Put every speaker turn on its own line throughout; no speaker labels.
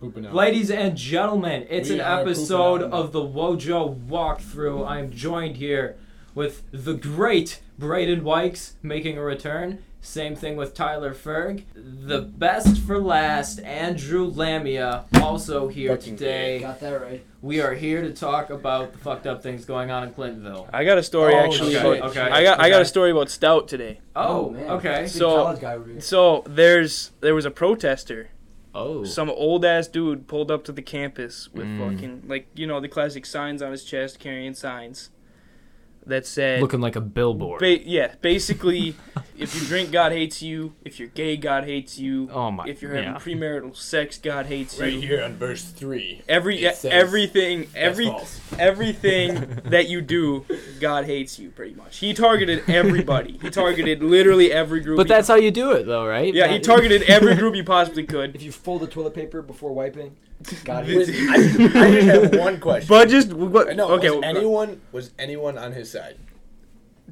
pooping out.
Ladies and gentlemen, it's
We
an
are pooping
episode
out now.
of the Wojo Walkthrough. I am joined here with the great Braden Wykes making a return. Same thing with Tyler Ferg. The best for last, Andrew Lamia, also here
Fucking
today.
Got that right.
We are here to talk about the fucked up things going on in Clintonville.
I got a story
Oh,
actually.
shit.
about-
Okay.
I got I got
Okay.
a story about stout today.
Oh, okay.
Big
So-
college guy over here.
So there's there was a protester.
Oh.
Some old ass dude pulled up to the campus with
Mm.
fucking like you know the classic signs on his chest, carrying signs that said,
Looking like a billboard.
ba- yeah, basically, if you drink, God hates you. If you're gay, God hates you.
oh my.
if you're having premarital sex, God hates
right
you.
here on verse three.
Every
It says-
everything
That's
every
false.
everything that you do, God hates you pretty much. He targeted everybody. He targeted literally every group.
But
he-
that's how you do it, though, right?
yeah. He targeted every group he possibly could.
If you fold the toilet paper before wiping, got
This-
it.
I just, I just have one question.
But just what?
no,
okay,
was
well,
anyone was anyone on his side?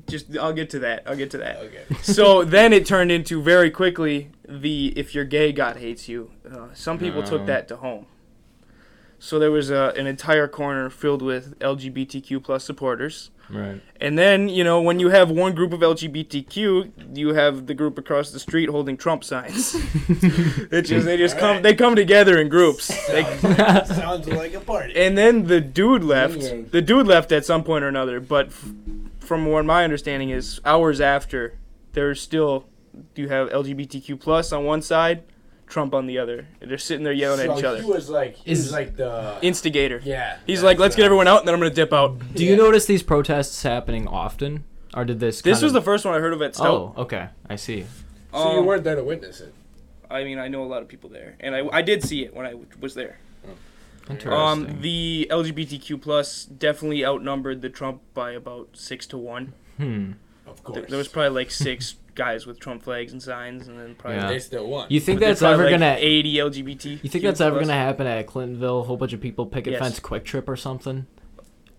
just I'll get to that. I'll get to that.
Okay.
So then it turned into very quickly the "if you're gay, God hates you." Uh, some people
No.
took that to home. So there was uh, an entire corner filled with LGBTQ plus supporters.
Right.
And then, you know, when you have one group of LGBTQ, you have the group across the street holding Trump signs. it just they just come
Alright.
they come together in groups. They-
Sounds like, sounds like a party.
and then the dude left.
Yay.
The dude left at some point or another, but f- from what my understanding is hours after there's still you have LGBTQ plus on one side, Trump on the other. And they're sitting there yelling
so
at each
He
other.
was like, he was
Is-
like the
Instigator.
yeah.
He's like, "Let's get everyone out and then I'm going to dip out."
Do you notice these protests happening often? Or did this
This
kind
was the
of-
first one I heard of at Stout.
Oh, okay. I see.
So you
Um,
weren't there to witness it.
I mean, I know a lot of people there, and I, I did see it when I w- was there.
Interesting.
Um, the LGBTQ plus definitely outnumbered the Trump by about six to one.
hmm.
Of
Th-
course.
There was probably like six guys with Trump flags and signs, and then probably
Yeah.
They still won.
You
but
think
there's
that's ever
probably, like,
gonna?
eighty LGBT?
You think that's ever gonna happen at Clintonville? A whole bunch of people picket
Yes.
fence, quick trip or something.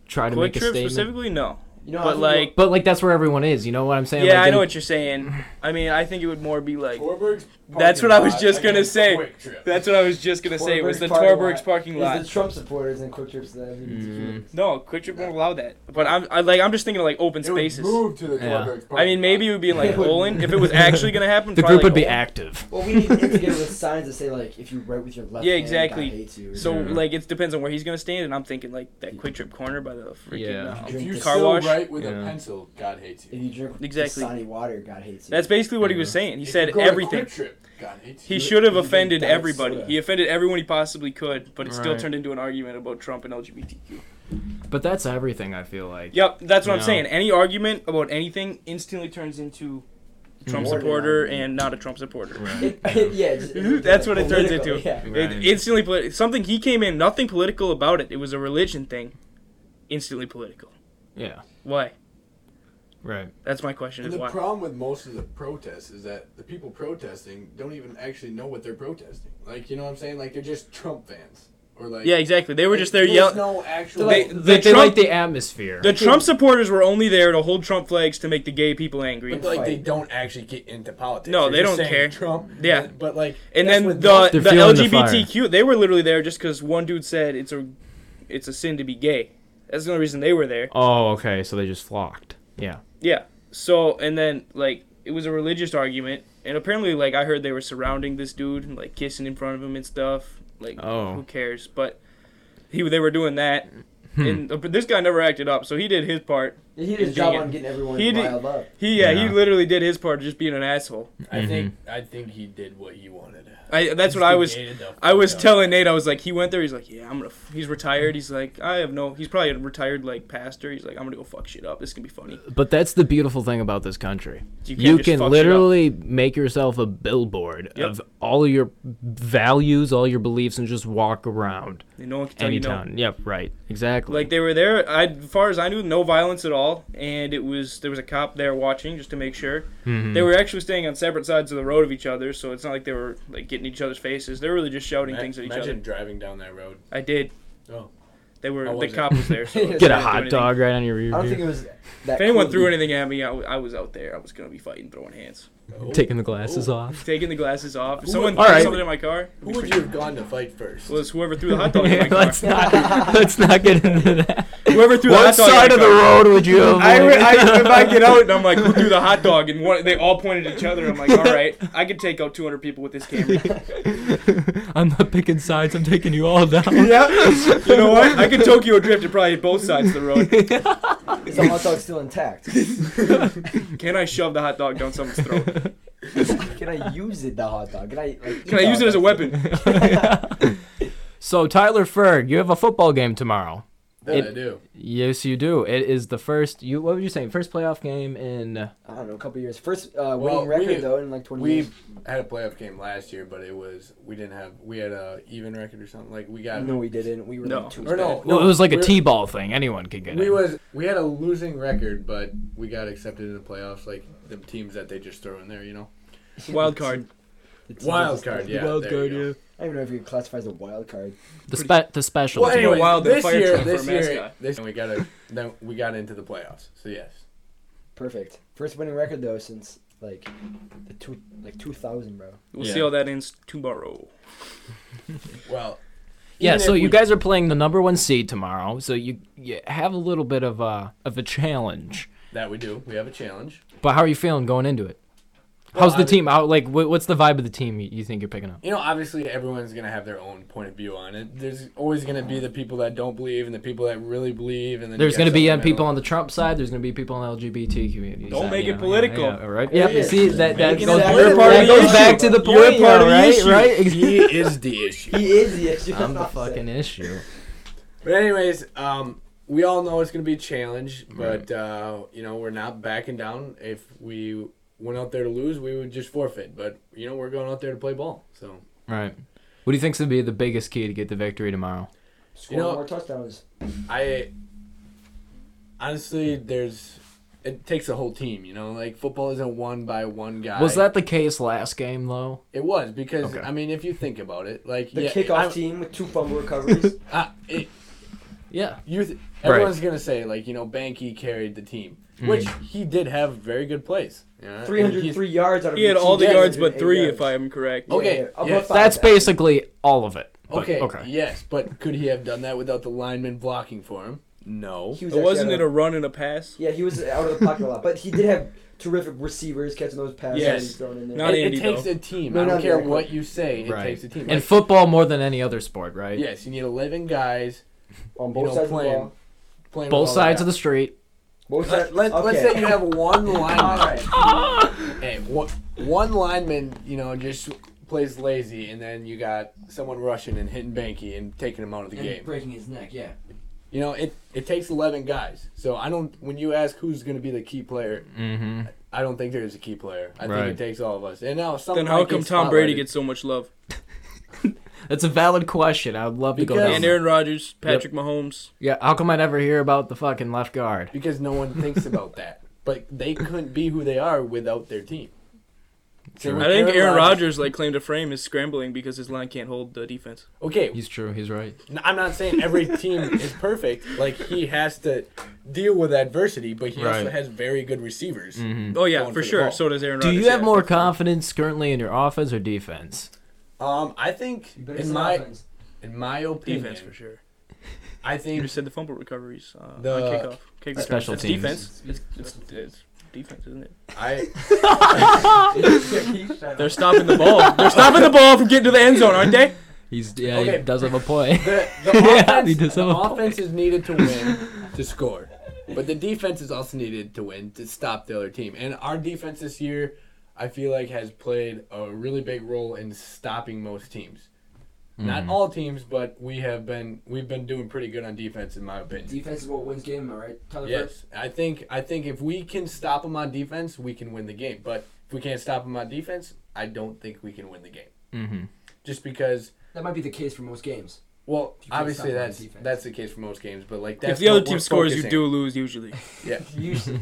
Try to
Quick
make a
trip
statement.
specifically? No,
You know, I
but
think
like,
But like that's where everyone is. You know what I'm saying?
yeah,
Like,
I know
in-
what you're saying. I mean, I think it would more be like
Torberg's
That's what I was just gonna
against
say.
Quick Trip.
that's what I was just gonna say was
Torberg's
the
parking
Torberg's
lot.
parking lot.
Is the Trump supporters and quick trips that LGBTQ.
no, Quick Trip won't allow that. But I'm I, like, I'm just thinking of like open
It would
spaces.
move to the
Yeah.
Torberg's
I mean,
parking
maybe it would be in like
It would-
Poland if it was actually gonna happen.
the
probably,
group would
like,
be
Poland.
active.
Well, we need to get with signs that say like, if you write with your left
Yeah,
hand, God
exactly.
hates you.
So
Yeah.
like it depends on where he's gonna stand, and I'm thinking like that quick trip corner by the freaking.
Yeah.
uh,
lot. If you
car
still
wash.
write with a
Yeah.
pencil, God hates
if
you.
you drink
Exactly.
Dasani water, God hates you.
that's basically what he was
Yeah.
saying. He
If
said
you go to
everything.
Quick Trip, God hates
He
you.
should have
you drink
offended
diet
everybody.
soda.
He offended everyone he possibly could, but it still
Right.
turned into an argument about Trump and LGBTQ.
But that's everything. I feel like.
Yep, that's what I'm
No.
saying. Any argument about anything instantly turns into Trump
Mhm.
supporter and not a Trump supporter.
Right.
It, it, yeah, it's- it's
That's what it turns
political,
into.
Yeah.
Right.
It instantly polit- something he came in nothing political about it. It was a religion thing. Instantly political.
yeah.
Why?
Right.
That's my question.
And
Is
the
why?
problem with most of the protests is that the people protesting don't even actually know what they're protesting. Like, you know what I'm saying? Like, they're just Trump fans. Or like,
yeah, exactly. They were just there
there's
yelling.
no actual.
They,
They-
they,
the
they
Trump-
like the atmosphere.
The Trump supporters were only there to hold Trump flags to make the gay people angry.
but like, they don't actually get into politics.
No,
They're
they
just
don't
saying
care.
Trump.
Yeah.
But, but, like,
and
that's
then
with
the
They're
the
feeling the
LGBTQ, they were literally there just because one dude said it's a it's a sin to be gay. That's the only reason they were there.
oh, okay. So they just flocked. Yeah.
Yeah. So and then like it was a religious argument, and apparently like I heard they were surrounding this dude and like kissing in front of him and stuff. Like
Oh.
who cares? But he they were doing that,
Hmm.
and uh, but this guy never acted up, so he did his part.
He did his
It's
job
being-
on getting everyone
he did-
riled up.
He yeah, he
Yeah.
literally did his part of just being an asshole.
I think I think he did what he wanted.
I that's what I was. I was telling Nate, I was like, he went there. He's like, yeah, I'm gonna. F-. He's retired. He's like, I have no. He's probably a retired like pastor. He's like, I'm gonna go fuck shit up. This can be funny.
But that's the beautiful thing about this country.
You,
You
just
can
fuck shit up.
literally make yourself a billboard
Yep.
of all your values, all your beliefs, and just walk around
And no one can tell
any
you no.
town. Yep, right. Exactly.
Like they were there. I, as far as I knew, no violence at all. And it was there was a cop there watching just to make sure.
Mhm.
They were actually staying on separate sides of the road of each other, so it's not like they were like getting each other's faces. They were really just shouting things at each
Imagine driving down that road.
other. I did.
Oh.
They
How
were the
was it?
cop was there. So
Get
they
Get a
didn't do
hot
anything.
dog right on your
I
rear
don't
view.
think it was that.
If anyone
cool.
threw anything at me, I, w- I was out there. I was gonna be fighting, throwing hands.
Oh,
taking the glasses off.
Taking the glasses off. If
Who
someone
would-
threw
All right.
something in my car,
Who would you have gone to fight first?
was whoever threw the hot dog in my car.
let's not let's not get into that.
Whoever threw the
what
hot dog in
side
my
of the
car?
road would you avoid?
I, re- I, if I get out and I'm like, who threw the hot dog? And one, they all pointed at each other. I'm like, all right, I could take out 200 people with this camera.
I'm not picking sides. I'm taking you all down.
yeah. You know what? I could Tokyo drift and probably hit both sides of the road.
Is the hot dog still intact?
Can I shove the hot dog down someone's throat?
Can I use it, the hot dog? Can I? Like, eat
Can I
the
use
hot
it as a
dog?
weapon?
so Tyler Ferg, you have a football game tomorrow.
That
It-
I do.
Yes, you do. It is the first. You what would you say? First playoff game in. uh,
I don't know, a couple years. First uh, winning
Well, we-
record though in like 20
We
years.
had a playoff game last year, but it was we didn't have we had a even record or something like we got
No, we didn't. We were
No.
like two.
or no,
Well, it was like a
we're-
T-ball thing. Anyone could get
We
in.
was we had a losing record, but we got accepted in the playoffs. Like the teams that they just throw in there, you know.
Wild card.
The team
Wild
just-
card, yeah. there you go.
I don't even know if you could classify as a wild card.
the spe- the special.
Well,
team.
anyway,
Wild and
this
fire
year,
truck for
this
a
year,
mascot.
this, and we got a, then we got into the playoffs. So yes,
Perfect. First winning record though since like the two like 2000, bro.
We'll
Yeah.
see how that ends tomorrow.
well,
yeah.
even
So
if
you
we-
guys are playing the number one seed tomorrow. So you you have a little bit of a of a challenge.
that we do. We have a challenge.
But how are you feeling going into it? How's
Well,
the
I-
team? How like what, what's the vibe of the team you, you think you're picking up?
You know, obviously everyone's gonna have their own point of view on it. There's always gonna be the people that don't believe and the people that really believe, and then
There's
going to
be uh, people on the Trump side. There's going to be people on the LGBT community.
Don't
side,
make
you
it
know,
political.
Yeah, yeah, all right.
Yeah,
Yeah.
yeah.
but see that that
Make it
goes,
exactly-
that
You're part of the
goes
issue.
back to the
You're
point.
part of
yeah,
the
right.
issue.
Right.
he is the issue.
He is the issue.
I'm the fucking issue.
But anyways, um, we all know it's gonna be a challenge, but uh, you know we're not backing down. If we went out there to lose, we would just forfeit. But you know we're going out there to play ball. So
Right. What do you think's gonna be the biggest key to get the victory tomorrow?
Score
You know-
more touchdowns.
I honestly, there's it takes a whole team. You know, like football isn't won by one guy.
Was that the case last game though?
It was because
Okay.
I mean, if you think about it, like
The
yeah,
kickoff
I'm-
team with two fumble recoveries.
I- it,
Yeah.
you th-
Right. Mm-hmm.
everyone's gonna say like you know Banky carried the team, which he did have very good plays. you know, and he's-
303 yards out of
He had
routine
all the
yards,
yards but
108
three,
yards.
if I am correct.
Oh. Okay,
Yeah, yeah, above
yes.
five,
That's
actually.
basically all of it. but-
Okay,
Okay.
yes, but could he have done that without the lineman blocking for him? No.
He was
It wasn't
actually out
it a run and a pass?
of- Yeah, he was out of the pocket a lot, but he did have terrific receivers catching those passes.
Yes.
he's thrown in there.
Not
it, it
Andy,
takes
though.
a team.
No,
I don't
no,
care
exactly.
what you say. It
Right.
takes a team.
In
Like,
football more than any other sport, right?
yes, you need eleven guys
on
you
both
know,
sides
playing.
of the ball.
playing
Both
with all
sides of
that.
the street.
Both sides.
Let, let, Let's
okay.
say you have one lineman.
All right.
Hey, one, one lineman, you know, just plays lazy, and then you got someone rushing and hitting Banky and taking him out of the game.
breaking his neck. Yeah.
You know, it it takes eleven guys. So I don't. When you ask who's going to be the key player,
Mm-hmm.
I don't think there is a key player. I
Right.
think it takes all of us. And now, some
Then
might
how
get
come Tom Brady
spotlighted.
gets so much love?
That's a valid question. I would love to go
Because-
down.
And
there.
Aaron Rodgers, Patrick Mahomes.
Yeah, how come I never hear about the fucking left guard?
because no one thinks about that. But they couldn't be who they are without their team. Same with
I think Aaron
Rodgers.
Rodgers like claim to frame is scrambling because his line can't hold the defense.
Okay,
He's true. He's right.
n- I'm not saying every team is perfect. Like he has to deal with adversity, but he also
Right. Mm.
has very good receivers.
Oh yeah,
Going
for
for the
sure.
ball.
So does Aaron
Do
Rodgers.
you have
yeah.
more confidence currently in your offense or defense?
Um, I think in my in my opinion,
defense for sure?
I
You
think
just said the fumble recoveries uh,
The-
on kickoff. Kick returns.
Special
That's
teams.
defense. It's, it's, it's defense, isn't it?
I
They're stopping the ball. They're stopping the ball from getting to the end zone, aren't they?
He's yeah,
Okay.
he does have a point.
the, the
Yeah,
offense,
he does
the
have a
offense is needed to win to score, but the defense is also needed to win to stop the other team. And our defense this year, I feel like, has played a really big role in stopping most teams. Not all teams, but we have been we've been doing pretty good on defense, in my opinion.
Defense is what wins game, all right? Tyler
Yes, I think I think if we can stop them on defense, we can win the game. But if we can't stop them on defense, I don't think we can win the game.
Mhm.
Just because
That might be the case for most games.
well,
You can't stop
obviously
'em on
that's
defense.
that's the case for most games, but like that's
if the other
what we're
team scores, you
focusing.
do lose usually.
Yeah,
Usually.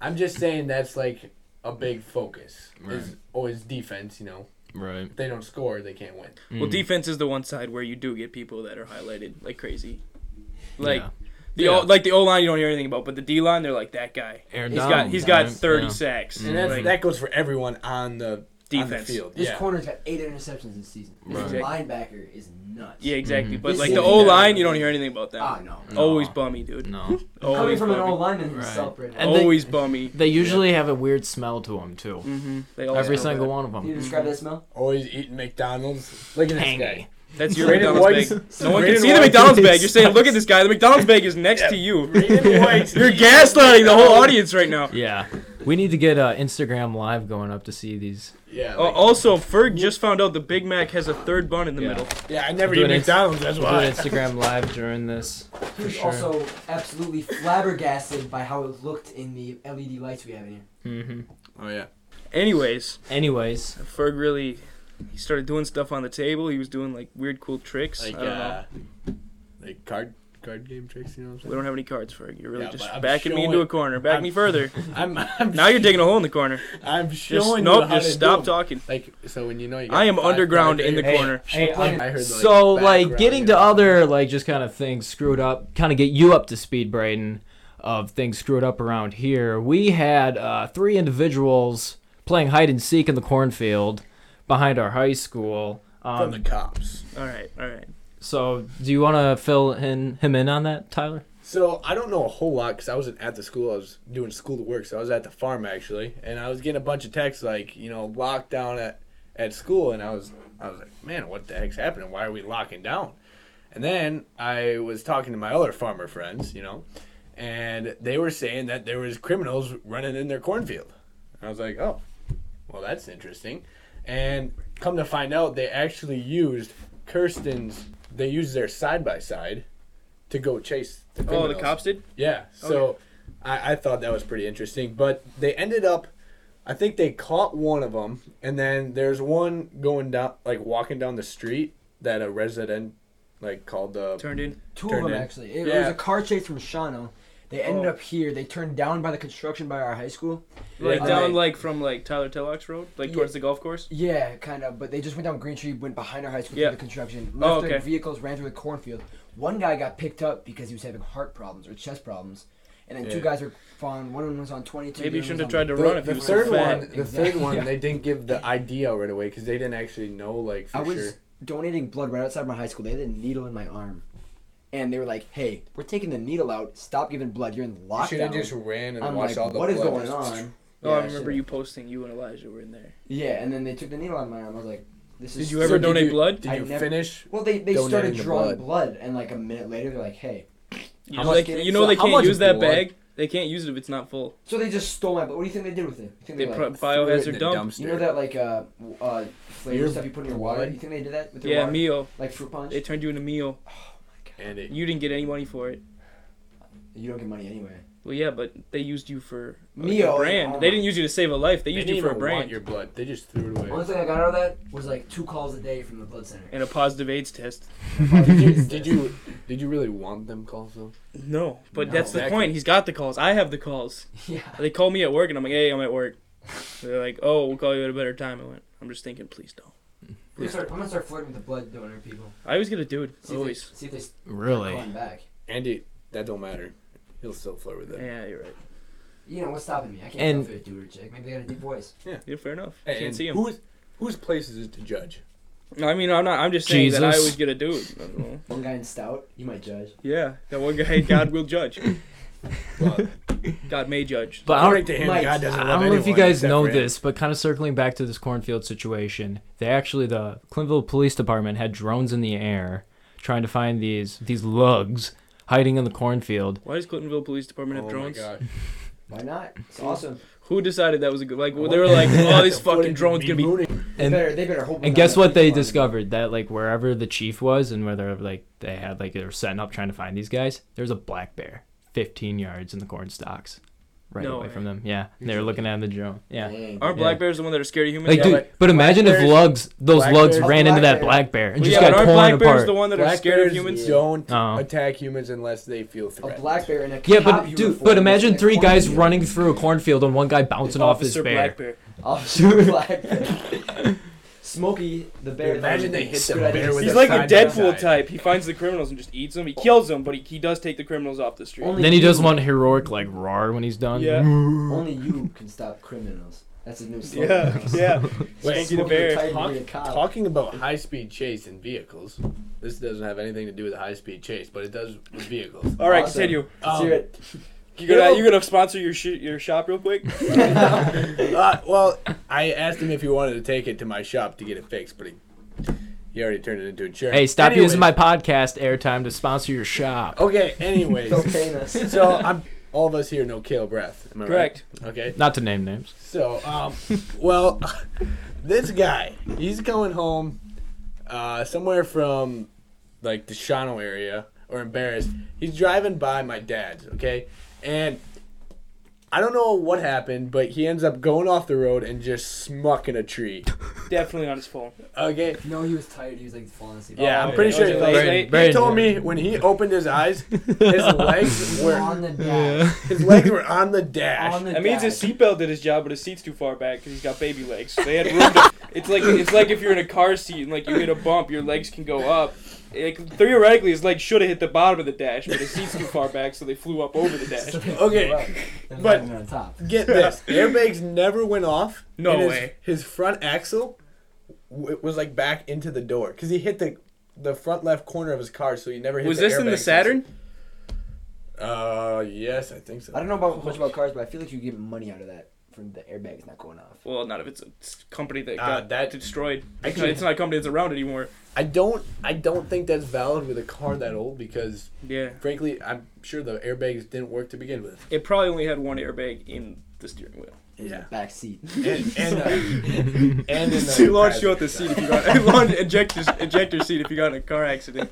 I'm just saying that's like a big focus is
Right.
always defense. You know,
right. Mm,
if they don't score, they can't win.
Hmm.
Well, defense is the one side where you do get people that are highlighted like crazy. Like
Yeah.
The
Yeah.
O, like the O line, you don't hear anything about, but the D line, they're like that guy.
Aaron
He's got
Donald,
he's got
man.
thirty
Yeah.
sacks.
And that's,
like,
that goes for everyone on the defense
defense.
field.
Mm. This
yeah.
corner's got eight interceptions this season. This
Right.
linebacker is nuts.
Yeah, exactly.
Mhm.
But
This
like
is-
the O line, you don't hear anything about them.
Ah, no.
No.
Always bummy, dude.
No.
Always
Coming from an
bummy.
old lineman
Right.
himself right now.
And they-
Always bummy.
They usually have a weird smell to them too.
Mm-hmm. They all
Every
smell
single
bad.
one of
Can you
them.
describe that smell?
Always eating McDonald's. Look at this guy.
That's your
Braden White's-
McDonald's bag. No one can
Braden
see the
White's-
McDonald's bag. You're saying, look at this guy. The McDonald's bag is next to you.
Braden White's
You're
eating
gaslighting the whole
McDonald's.
audience right now.
Yeah. We need to get uh, Instagram live going up to see these.
Yeah.
Uh,
Like,
also, Ferg just found out the Big Mac has a third bun in the
Yeah.
middle.
yeah, I never eat
We'll do an Inst-
McDonald's. That's
We'll
why.
do an Instagram live during this.
He was
sure.
also absolutely flabbergasted by how it looked in the LED lights we have in here.
hmm
Oh yeah.
Anyways,
Anyways,
Ferg really he started doing stuff on the table. He was doing like weird, cool tricks.
Like
I don't know.
uh, like card card game tricks. You know what
We don't have any cards, Ferg. You're really
Yeah,
just
but I'm
backing me into
showing-
a corner. Back
I'm-
me further.
I'm saying? I'm, I'm
Now you're digging a hole in the corner.
I'm
Just
showing you
nope.
how
Just
to
stop
do 'em.
talking.
Like so when you know you. Got
I am
five
underground
cards
in the
right
corner.
Hey,
there,
I'm-
I heard like,
so like
background
getting
and
to
all
other like just kind of things screwed up, kind of get you up to speed, Braden, of things screwed up around here. We had uh, three individuals playing hide and seek in the cornfield behind our high school.
from
Um,
the cops.
All right, all right.
so do you want to fill in him in on that, Tyler?
So I don't know a whole lot because I wasn't at the school. I was doing school to work, so I was at the farm actually, and I was getting a bunch of texts like, you know, locked down at at school, and I was I was like, man, what the heck's happening? Why are we locking down? And then I was talking to my other farmer friends, you know, and they were saying that there was criminals running in their cornfield. And I was like, oh, well, that's interesting. And come to find out, they actually used Kirsten's. They used their side by side to go chase. The
Oh, the
criminals.
cops did.
Yeah. So I, I thought that was pretty interesting. But they ended up, I think they caught one of them. And then there's one going down, like walking down the street that a resident, like, called the.
Turned in.
Two
Turned
of them
in.
actually. It, it was
Yeah.
a car chase from Shano. They ended
Oh.
up here. They turned down by the construction by our high school.
Like
Yeah.
down
Alright.
like from like Tyler Tellox Road, like
Yeah.
towards the golf course.
Yeah, kind of. But they just went down Green Tree, went behind our high school
Yeah.
through the construction,
Oh,
left their
okay.
vehicles, ran through the cornfield. One guy got picked up because he was having heart problems or chest problems, and then two
Yeah.
guys were found. One of them was on twenty-two.
Maybe you
the
shouldn't
other
have
one
tried to
The,
run if
the
you were so
third
fat.
one, the
Exactly.
third one,
Yeah.
they didn't give the ID out right away because they didn't actually know, like, for
was on- I was
sure.
donating blood right outside my high school. They had a needle in my arm, and they were like, "Hey, we're taking the needle out. Stop giving blood. You're in
You should have
lockdown."
just ran and
I'm
watched
like,
all the
"What is
blood
going
just-
on?"
Oh,
Yeah,
I remember
should've-
you posting. You and Elijah were in there.
Yeah, and then they took the needle out of my arm. I was like, "This is."
Did you ever
did
donate
you-
blood?
Did
I
you
never-
finish?
Well, they, they
donating
started
the
drawing
blood.
blood. and like a minute later, they're like, "Hey."
You
How
know,
much
they,
did it-
you know
so
they
how
can't
much
use that
blood-
bag. They can't use it if it's not full.
So they just stole my. But what do you think they did with it? You think
They
were
pro-
like,
Threw it in
biohazard
the
dump.
dumpster.
You know that like uh w- uh flavor
Your
stuff you put in your water?
blood?
You think they did that with their
Yeah,
water?
meal.
like fruit punch?
They turned you into meal.
And it,
You didn't get any money for it.
you don't get money anyway.
Well, yeah, but they used you for a
Meal.
brand. They didn't use you to save a life. They used
didn't
you for a
even want
brand
your blood. They just threw it away.
Only thing I got out of that was like two calls a day from the blood center.
and a positive AIDS test.
did, you, did you did you really want them calls though?
No, but
No.
that's the
Exactly.
point. He's got the calls. I have the calls.
yeah.
They call me at work, and I'm like, "Hey, I'm at work." They're like, "Oh, we'll call you at a better time." I went, "I'm just thinking, please don't."
I'm gonna, start, I'm gonna start flirting with the blood donor people.
I always get a dude.
See if they,
Always.
see if they start
Really?
calling back.
Andy, that don't matter. He'll still flirt with it.
Yeah, you're right.
You know what's stopping me? I can't
And-
tell if it's a dude or a chick. Maybe they got a deep voice.
Yeah, fair enough.
Hey,
Can't
and
see him.
Whose whose place is it to judge?
No, I mean, I'm not. I'm just saying that I
Jesus.
always get a dude. I don't know.
One guy in stout, you might judge.
Yeah, that one guy. God will judge.
Well,
God may judge.
But I don't,
according to him,
Mike,
God doesn't
I
love
don't know if you
anyone
guys
except
know
for him.
this, but kind of circling back to this cornfield situation, they actually the Clintonville Police Department had drones in the air trying to find these these lugs hiding in the cornfield.
Why does Clintonville Police Department
Oh
have
my
drones?
gosh.
Why not? It's awesome.
Who decided that was a good? Like, well, they were like, "Oh, this fucking drone's gonna be."
they
And-
better, they better hope.
And
not
guess
on
what they
Peace Farm.
discovered? That like wherever the chief was and whether like they had like they were setting up trying to find these guys, there's a black bear 15 yards in the corn stalks right
No
away
way.
from them. Yeah. And they were looking at the drone. Yeah.
Dang.
Aren't
Yeah.
black bears the one that are scared of humans?
Like
Yeah,
dude,
like,
but imagine if
bears-
lugs those
black
lugs
bears-
ran into that
Black
black bear and
Well,
just
yeah, but
got
aren't
torn
black bears
apart.
the one that are
Black
scared of
bears
humans?
don't
Oh.
attack humans unless they feel
A
threatened.
black bear and a
yeah,
cop
but dude,
uniform
but
is
imagine
a
three guys
cornfield.
running through a cornfield and one guy bouncing off his
Officer
bear.
Black Bear.
Officer Black. Smokey the bear.
Dude, imagine they hit the
Good idea.
bear with
He's
a
like
side
a
by
Deadpool
side.
type. He finds the criminals and just eats them. He kills them, but he, he does take the criminals off the street.
Only
Then he
you-
does one heroic like roar when he's done.
Yeah.
Only you can stop criminals. That's his new slogan.
yeah, yeah.
Wait,
Smokey the Bear.
Titan,
Talk-
be a cop.
talking about high speed chase in vehicles, this doesn't have anything to do with a high speed chase, but it does with vehicles.
All right,
Awesome.
continue.
Let's hear
Um,
it.
You gonna you gonna sponsor your sh- your shop real quick?
Uh, well, I asked him if he wanted to take it to my shop to get it fixed, but he, he already turned it into insurance.
Hey, stop
Anyway- Oh.
using my podcast airtime to sponsor your shop.
Okay, anyways.
Don't pain us.
so I'm all of us here know Kale Breath. Am I
Correct.
Right? Okay.
Not to name names.
So, um, well, this guy, he's going home uh, somewhere from like the Shawano area or embarrassed. He's driving by my dad's, okay? And I don't know what happened, but he ends up going off the road and just smucking a tree.
Definitely on his phone.
Okay?
No, he was tired. He was like falling asleep.
Yeah,
Oh,
I'm pretty
yeah.
sure
Was
he
it
fell
late?
asleep.
Late?
He told me when he opened his eyes, his legs were
on the dash.
his legs were on the dash.
On the
That means
dash.
his seatbelt did his job, but his seat's too far back because he's got baby legs. So they had room. To, it's like it's like if you're in a car seat and like you hit a bump, your legs can go up. Like, theoretically, his legs should have hit the bottom of the dash, but his seat's too far back, so they flew up over the dash.
So they
Okay,
go up and
but-
land on top.
Get this. Airbags never went off.
No
and his,
way.
His front axle w- was like back into the door because he hit the the front left corner of his car, so he never hit.
Was this in
airbag
the Saturn?
system. Uh, yes, I think so.
I don't know about much about cars, but I feel like you get money out of that from the airbags not going off.
Well, not if it's a s- company that
Uh,
got
that-
destroyed. It's
Actually-
not, it's not a company that's around anymore.
I don't. I don't think that's valid with a car that old because,
Yeah,
frankly, I'm sure the airbags didn't work to begin with.
it probably only had one airbag in the steering wheel.
Yeah,
Back seat.
and and, uh, and in the
She launched you out the seat if you got it launched ejector ejector seat if you got in a car accident.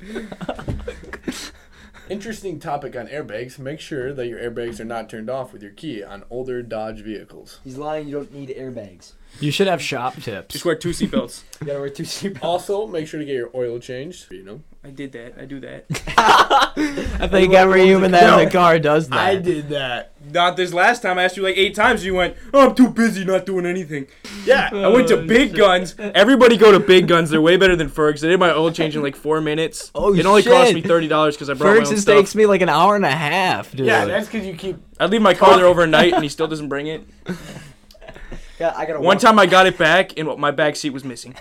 Interesting topic on airbags. Make sure that your airbags are not turned off with your key on older Dodge vehicles.
He's lying. You don't need airbags.
You should have shop tips.
Just wear two seatbelts.
You gotta wear two seatbelts.
Also, make sure to get your oil changed. You know,
I did that. I do that.
I think every human that has a car does that.
I did that.
Not this last time. I asked you like eight times. You went, oh, I'm too busy not doing anything.
Yeah.
I went to Big Guns. Everybody go to Big Guns. They're way better than Fergs. I did my oil change in like four minutes.
Oh,
It only cost
shit.
me thirty dollars because I brought my own
Ferguson
stuff.
takes me like an hour and a half, dude.
Yeah, that's because you keep.
I leave my car there overnight, and he still doesn't bring it.
Yeah, I gotta.
One
walk.
time I got it back, and my back seat was missing.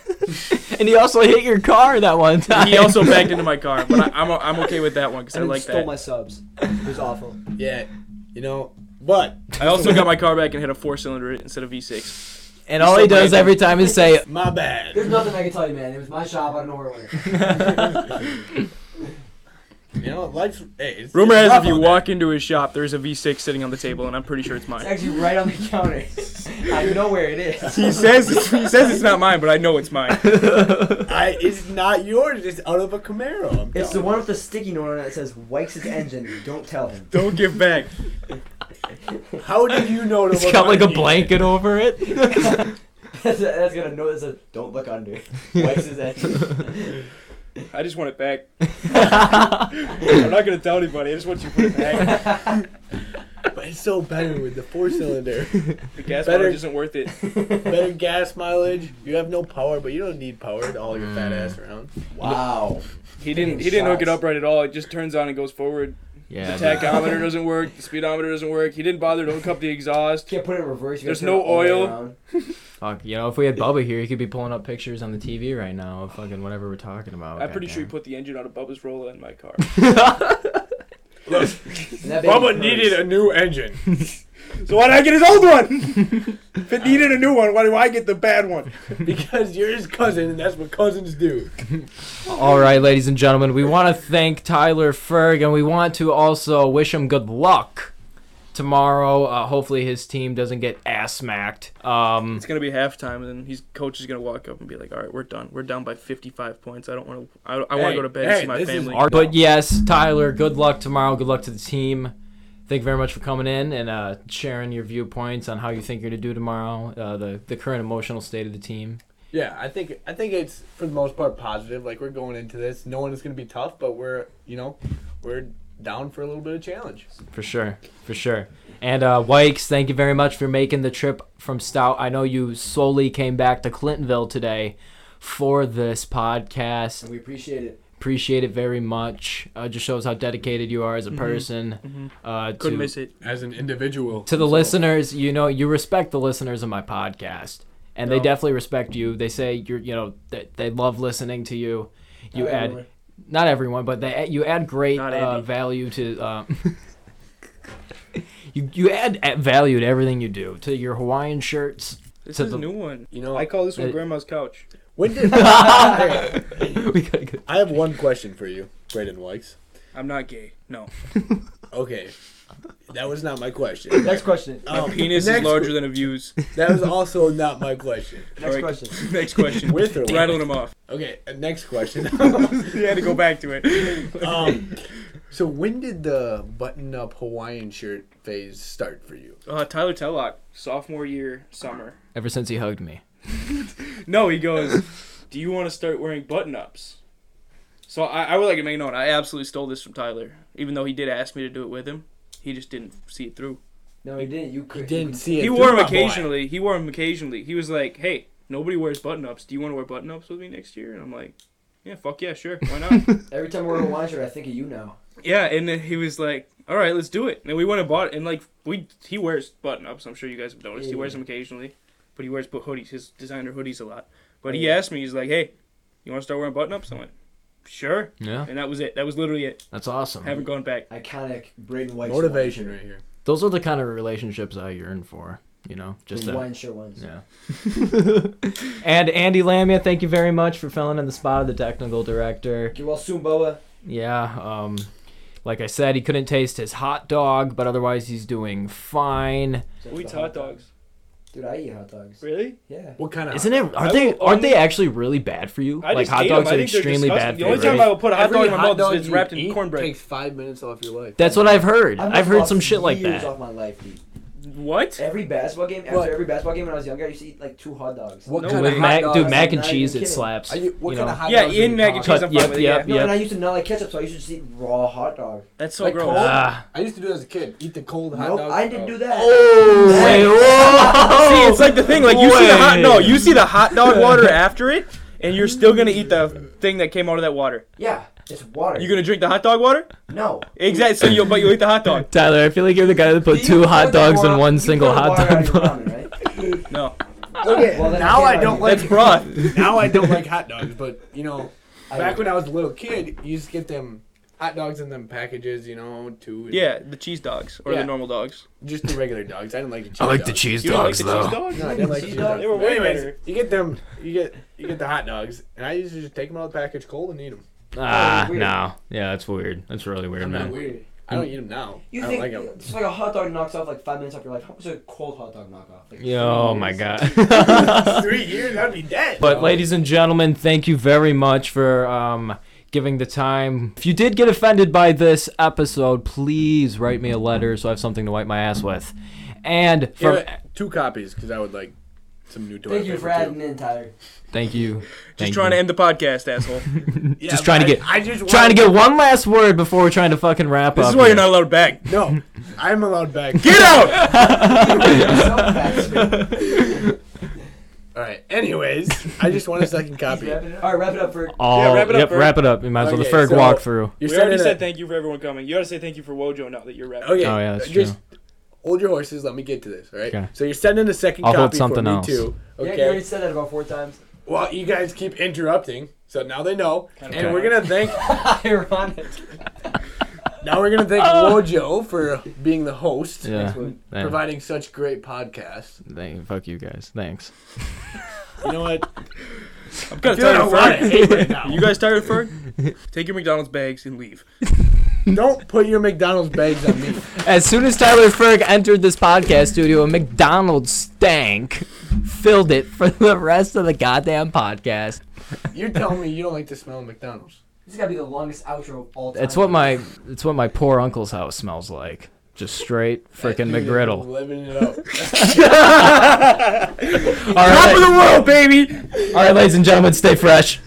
and he also hit your car that one time.
He also backed into my car, but I, I'm I'm okay with that one because
And
I
then
like
stole
that.
my subs. It was awful.
Yeah. You know, but
I also got my car back and hit a four cylinder instead of V6.
and all he does every time is say,
my bad.
There's nothing I can tell you, man. It was my shop. I don't know where it went.
You know, life's. Hey, it's,
Rumor
it's
has
rough
if you
out
walk into his shop, there's a V6 sitting on the table, and I'm pretty sure it's
It's
mine.
actually right on the counter. I know where it is.
He says he says it's not mine, but I know it's mine.
there. I, it's not yours. It's out of a Camaro. I'm
It's the
telling
one with the sticky note on it that says Wikes' engine. Don't tell him.
Don't give back.
you. How did you know to
it's
look
got like a
underneath it?
blanket over it.
that's, that's got a note that says Don't look under. Wikes' engine.
I just want it back. I'm not gonna tell anybody. I just want you to put it back.
But it's so better with the four cylinder.
The gas
Better-
mileage isn't worth it.
better gas mileage. You have no power, but you don't need power to haul your fat ass around.
Wow.
He didn't. He didn't hook it up right at all. It just turns on and goes forward.
Yeah.
The tachometer doesn't work. The speedometer doesn't work. He didn't bother to hook up the exhaust.
Can't put it in reverse. You gotta
There's
turn
no
it all the way
oil.
around.
Fuck, you know, if we had Bubba here, he could be pulling up pictures on the TV right now of fucking whatever we're talking about.
I'm pretty sure he
goddamn.
put the engine out of Bubba's Rolla in my car.
And that baby
Bubba
purrs.
needed a new engine.
so why did I get his old one? if it needed a new one, why do I get the bad one?
Because you're his cousin, and that's what cousins do.
All right, ladies and gentlemen, we want to thank Tyler Ferg, and we want to also wish him good luck tomorrow. Uh, hopefully, his team doesn't get ass smacked. Um,
It's gonna be halftime, and then his coach is gonna walk up and be like, "All right, we're done. We're down by 55 points. I don't want to. I, I want to
Hey,
go to bed and
hey,
see my
this is
family."
our-
but yes, Tyler, good luck tomorrow. Good luck to the team. Thank you very much for coming in and uh, sharing your viewpoints on how you think you're going to do tomorrow, uh, the, the current emotional state of the team.
Yeah, I think I think it's for the most part positive. Like we're going into this, no one is going to be tough, but we're you know we're down for a little bit of challenge.
For sure, for sure. And uh, Wykes, thank you very much for making the trip from Stout. I know you solely came back to Clintonville today, for this podcast
and we appreciate it.
appreciate it very much. Uh, just shows how dedicated you are as a person. Uh, to,
Mm-hmm. Couldn't miss it.
as an individual.
to the
So,
listeners, you know, you respect the listeners of my podcast, and they
No.
definitely respect you. They say you're, you know, they, they love listening to you. You
Not
add,
everyone.
not everyone, but they you add great
Not
uh,
Andy.
value to. Um, You, you add a- value to everything you do to your Hawaiian shirts.
This
To
is
the-
a new one.
You know,
I call this one
Uh,
Grandma's couch.
when did
we gotta go.
I have one question for you, Braden Wikes.
I'm not gay. No.
Okay, that was not my question.
Next question.
Oh,
Um,
Penis is
next-
larger than a views.
That was also not my question.
Next
Alright,
question.
Next question.
With or without?
Rattling him off.
Okay, uh, next question.
you had to go back to it.
um, so when did the button-up Hawaiian shirt phase start for you?
Uh, Tyler Tellock, sophomore year, summer.
Ever since he hugged me,
No, he goes, Do you want to start wearing button ups? So I, I would like to make known, I absolutely stole this from Tyler. Even though he did ask me to do it with him, he just didn't see it through.
No, he didn't. You could.
Didn't see it.
he
through
wore them
my boy.
occasionally. He wore them occasionally. He was like, "Hey, nobody wears button ups. Do you want to wear button ups with me next year?" And I'm like, "Yeah, fuck yeah, sure. Why not?"
Every time we're on Hawaiian shirt, I think of you now.
yeah. And then he was like, "All right, let's do it." And we went and bought it. And like, we he wears button ups. I'm sure you guys have noticed. He wears
Yeah.
them occasionally, but he wears bu- hoodies. His designer hoodies a lot. But he
Yeah.
asked me, he's like, "Hey, you want to start wearing button ups?" I went, "Sure."
yeah,
And that was it. That was literally it.
that's awesome.
Haven't gone back.
Iconic Braden White.
Motivation right here.
Those are the kind of relationships I yearn for. You know, just
Just
that
Hawaiian shirt ones.
Yeah. and Andy Lamia, thank you very much for filling in the spot of the technical director.
Get well soon, Boa.
Yeah, um, like I said, he couldn't taste his hot dog, but otherwise he's doing fine.
Except
We
for
eat
the
hot dogs.
Dude, I eat hot dogs.
Really?
Yeah.
What kind of?
Isn't it?
I
Aren't they?
will
Aren't they actually really bad for you?
I
like
just
hot
ate 'em.
dogs
I
are
think they're
extremely
disgusting.
bad
The
for you.
only time
right?
I will put a hot
Every
dog in my
hot
mouth
dog
is it's
you
wrapped in
eat
cornbread.
Takes five minutes off your life.
That's what I've heard.
I've
I've heard
lost
some shit like
years
that.
Off my life, dude.
What?
Every basketball game, after
What?
every basketball game when I was younger, I used to eat like two hot dogs.
What
No
kind
way.
of
With
hot
mac,
dogs?
dude, mac and
I'm not even
cheese, it
kidding.
slaps.
Are you, what
you
kind
know.
of hot
Yeah,
dogs? are you
in mac
talking-
and cheese. I'm fine
Yep,
with it,
yep,
yeah.
No,
yep.
and I used to not like ketchup, so I used to just eat raw hot dog.
That's so
Like
gross.
cold?
Ah.
I used to do it as a kid. Eat the cold hot
nope,
dog.
I didn't do that.
Oh, Wait, whoa!
Oh. See,
Oh,
it's like the thing. Like you see the hot
Wait.
no, you see the hot dog water after it, and you're still gonna eat the thing that came out of that water.
Yeah, it's water.
You gonna drink the hot dog water?
no.
Exactly. So you will but you will eat the hot dog.
Tyler, I feel like you're the guy that put
You
two
put
hot
the
dogs
water-
in one
you
single
put
hot
water
dog.
in your
bun.
ramen, right?
No,
Okay,
Well, then
now
I
I
can't
don't
argue.
like
that's broth.
now I don't like hot dogs, but you know,
I-
back when I was a little kid, you used to get them hot dogs in them packages, you know, two. and-
Yeah, the cheese dogs or
Yeah.
the normal dogs.
just the regular dogs. I didn't like the cheese. dogs.
cheese
You don't like the cheese dogs?
No, I didn't like the
Cheese
cheese
dogs?
dogs.
They were way
Anyways,
better.
You get them, you get you get the hot dogs, and I used to just take them out of the package cold and eat them.
Ah,
Weird.
no. Yeah, that's weird. That's really weird,
I'm
man.
not weird. I don't eat them now.
You
I
think
don't like them.
just like a hot dog knocks off like five minutes off your life? How much does a cold hot dog knock off? Like,
Yeah, oh
three
my
years?
god.
Three years, I'd be dead.
but ladies and gentlemen, thank you very much for um giving the time. If you did get offended by this episode, please write me a letter so I have something to wipe my ass with. And
Give
from
it two copies because I would like some new toilet
Thank you
paper,
for
too.
adding in, Tyler.
thank you.
Just
Thank
trying to
you.
end the podcast, asshole.
Yeah,
Just trying to
but
get-
I, I just
trying to
wanted-
get one last word before we're trying to fucking wrap
This
up.
is why
here.
you're not allowed back.
No, I'm allowed back.
Get out!
So fast.
All right. Anyways, I just want a second
All
copy.
right, wrap it up for.
All,
Yeah, wrap it up,
yep,
Ferg.
wrap it up. You might as well
Okay,
the Ferg
so-
walkthrough.
You're
we already
sending
said
a-
thank you for everyone coming. You gotta say thank you for Wojo now that you're wrapped.
Okay.
Oh, yeah, that's
just
true.
hold your horses. Let me get to this. All right.
Okay.
So you're sending a 2nd
I'll
copy
hold something
for me
else.
too.
Yeah, you already
Okay.
said that about four times.
Well, you guys keep interrupting, so now they know,
Okay.
and we're gonna thank.
Ironic.
now we're gonna thank Wojo for being the host,
Yeah.
one.
Thank,
providing such great podcasts.
thank, fuck you guys. Thanks.
You know what?
I'm kinda
I feel like
tired
I
of
want to
Ferg.
hate right now.
You guys tired of Ferg? Take your McDonald's bags and leave.
Don't put your McDonald's bags on me.
As soon as Tyler Ferg entered this podcast studio, a McDonald's stank filled it for the rest of the goddamn podcast.
You're telling me you don't like the smell of McDonald's.
This has got to be the longest outro of all time.
It's what my it's what my poor uncle's house smells like. Just straight frickin'
Dude,
McGriddle.
Living it up.
All right,
Top of the world, baby!
all right, ladies and gentlemen, stay fresh.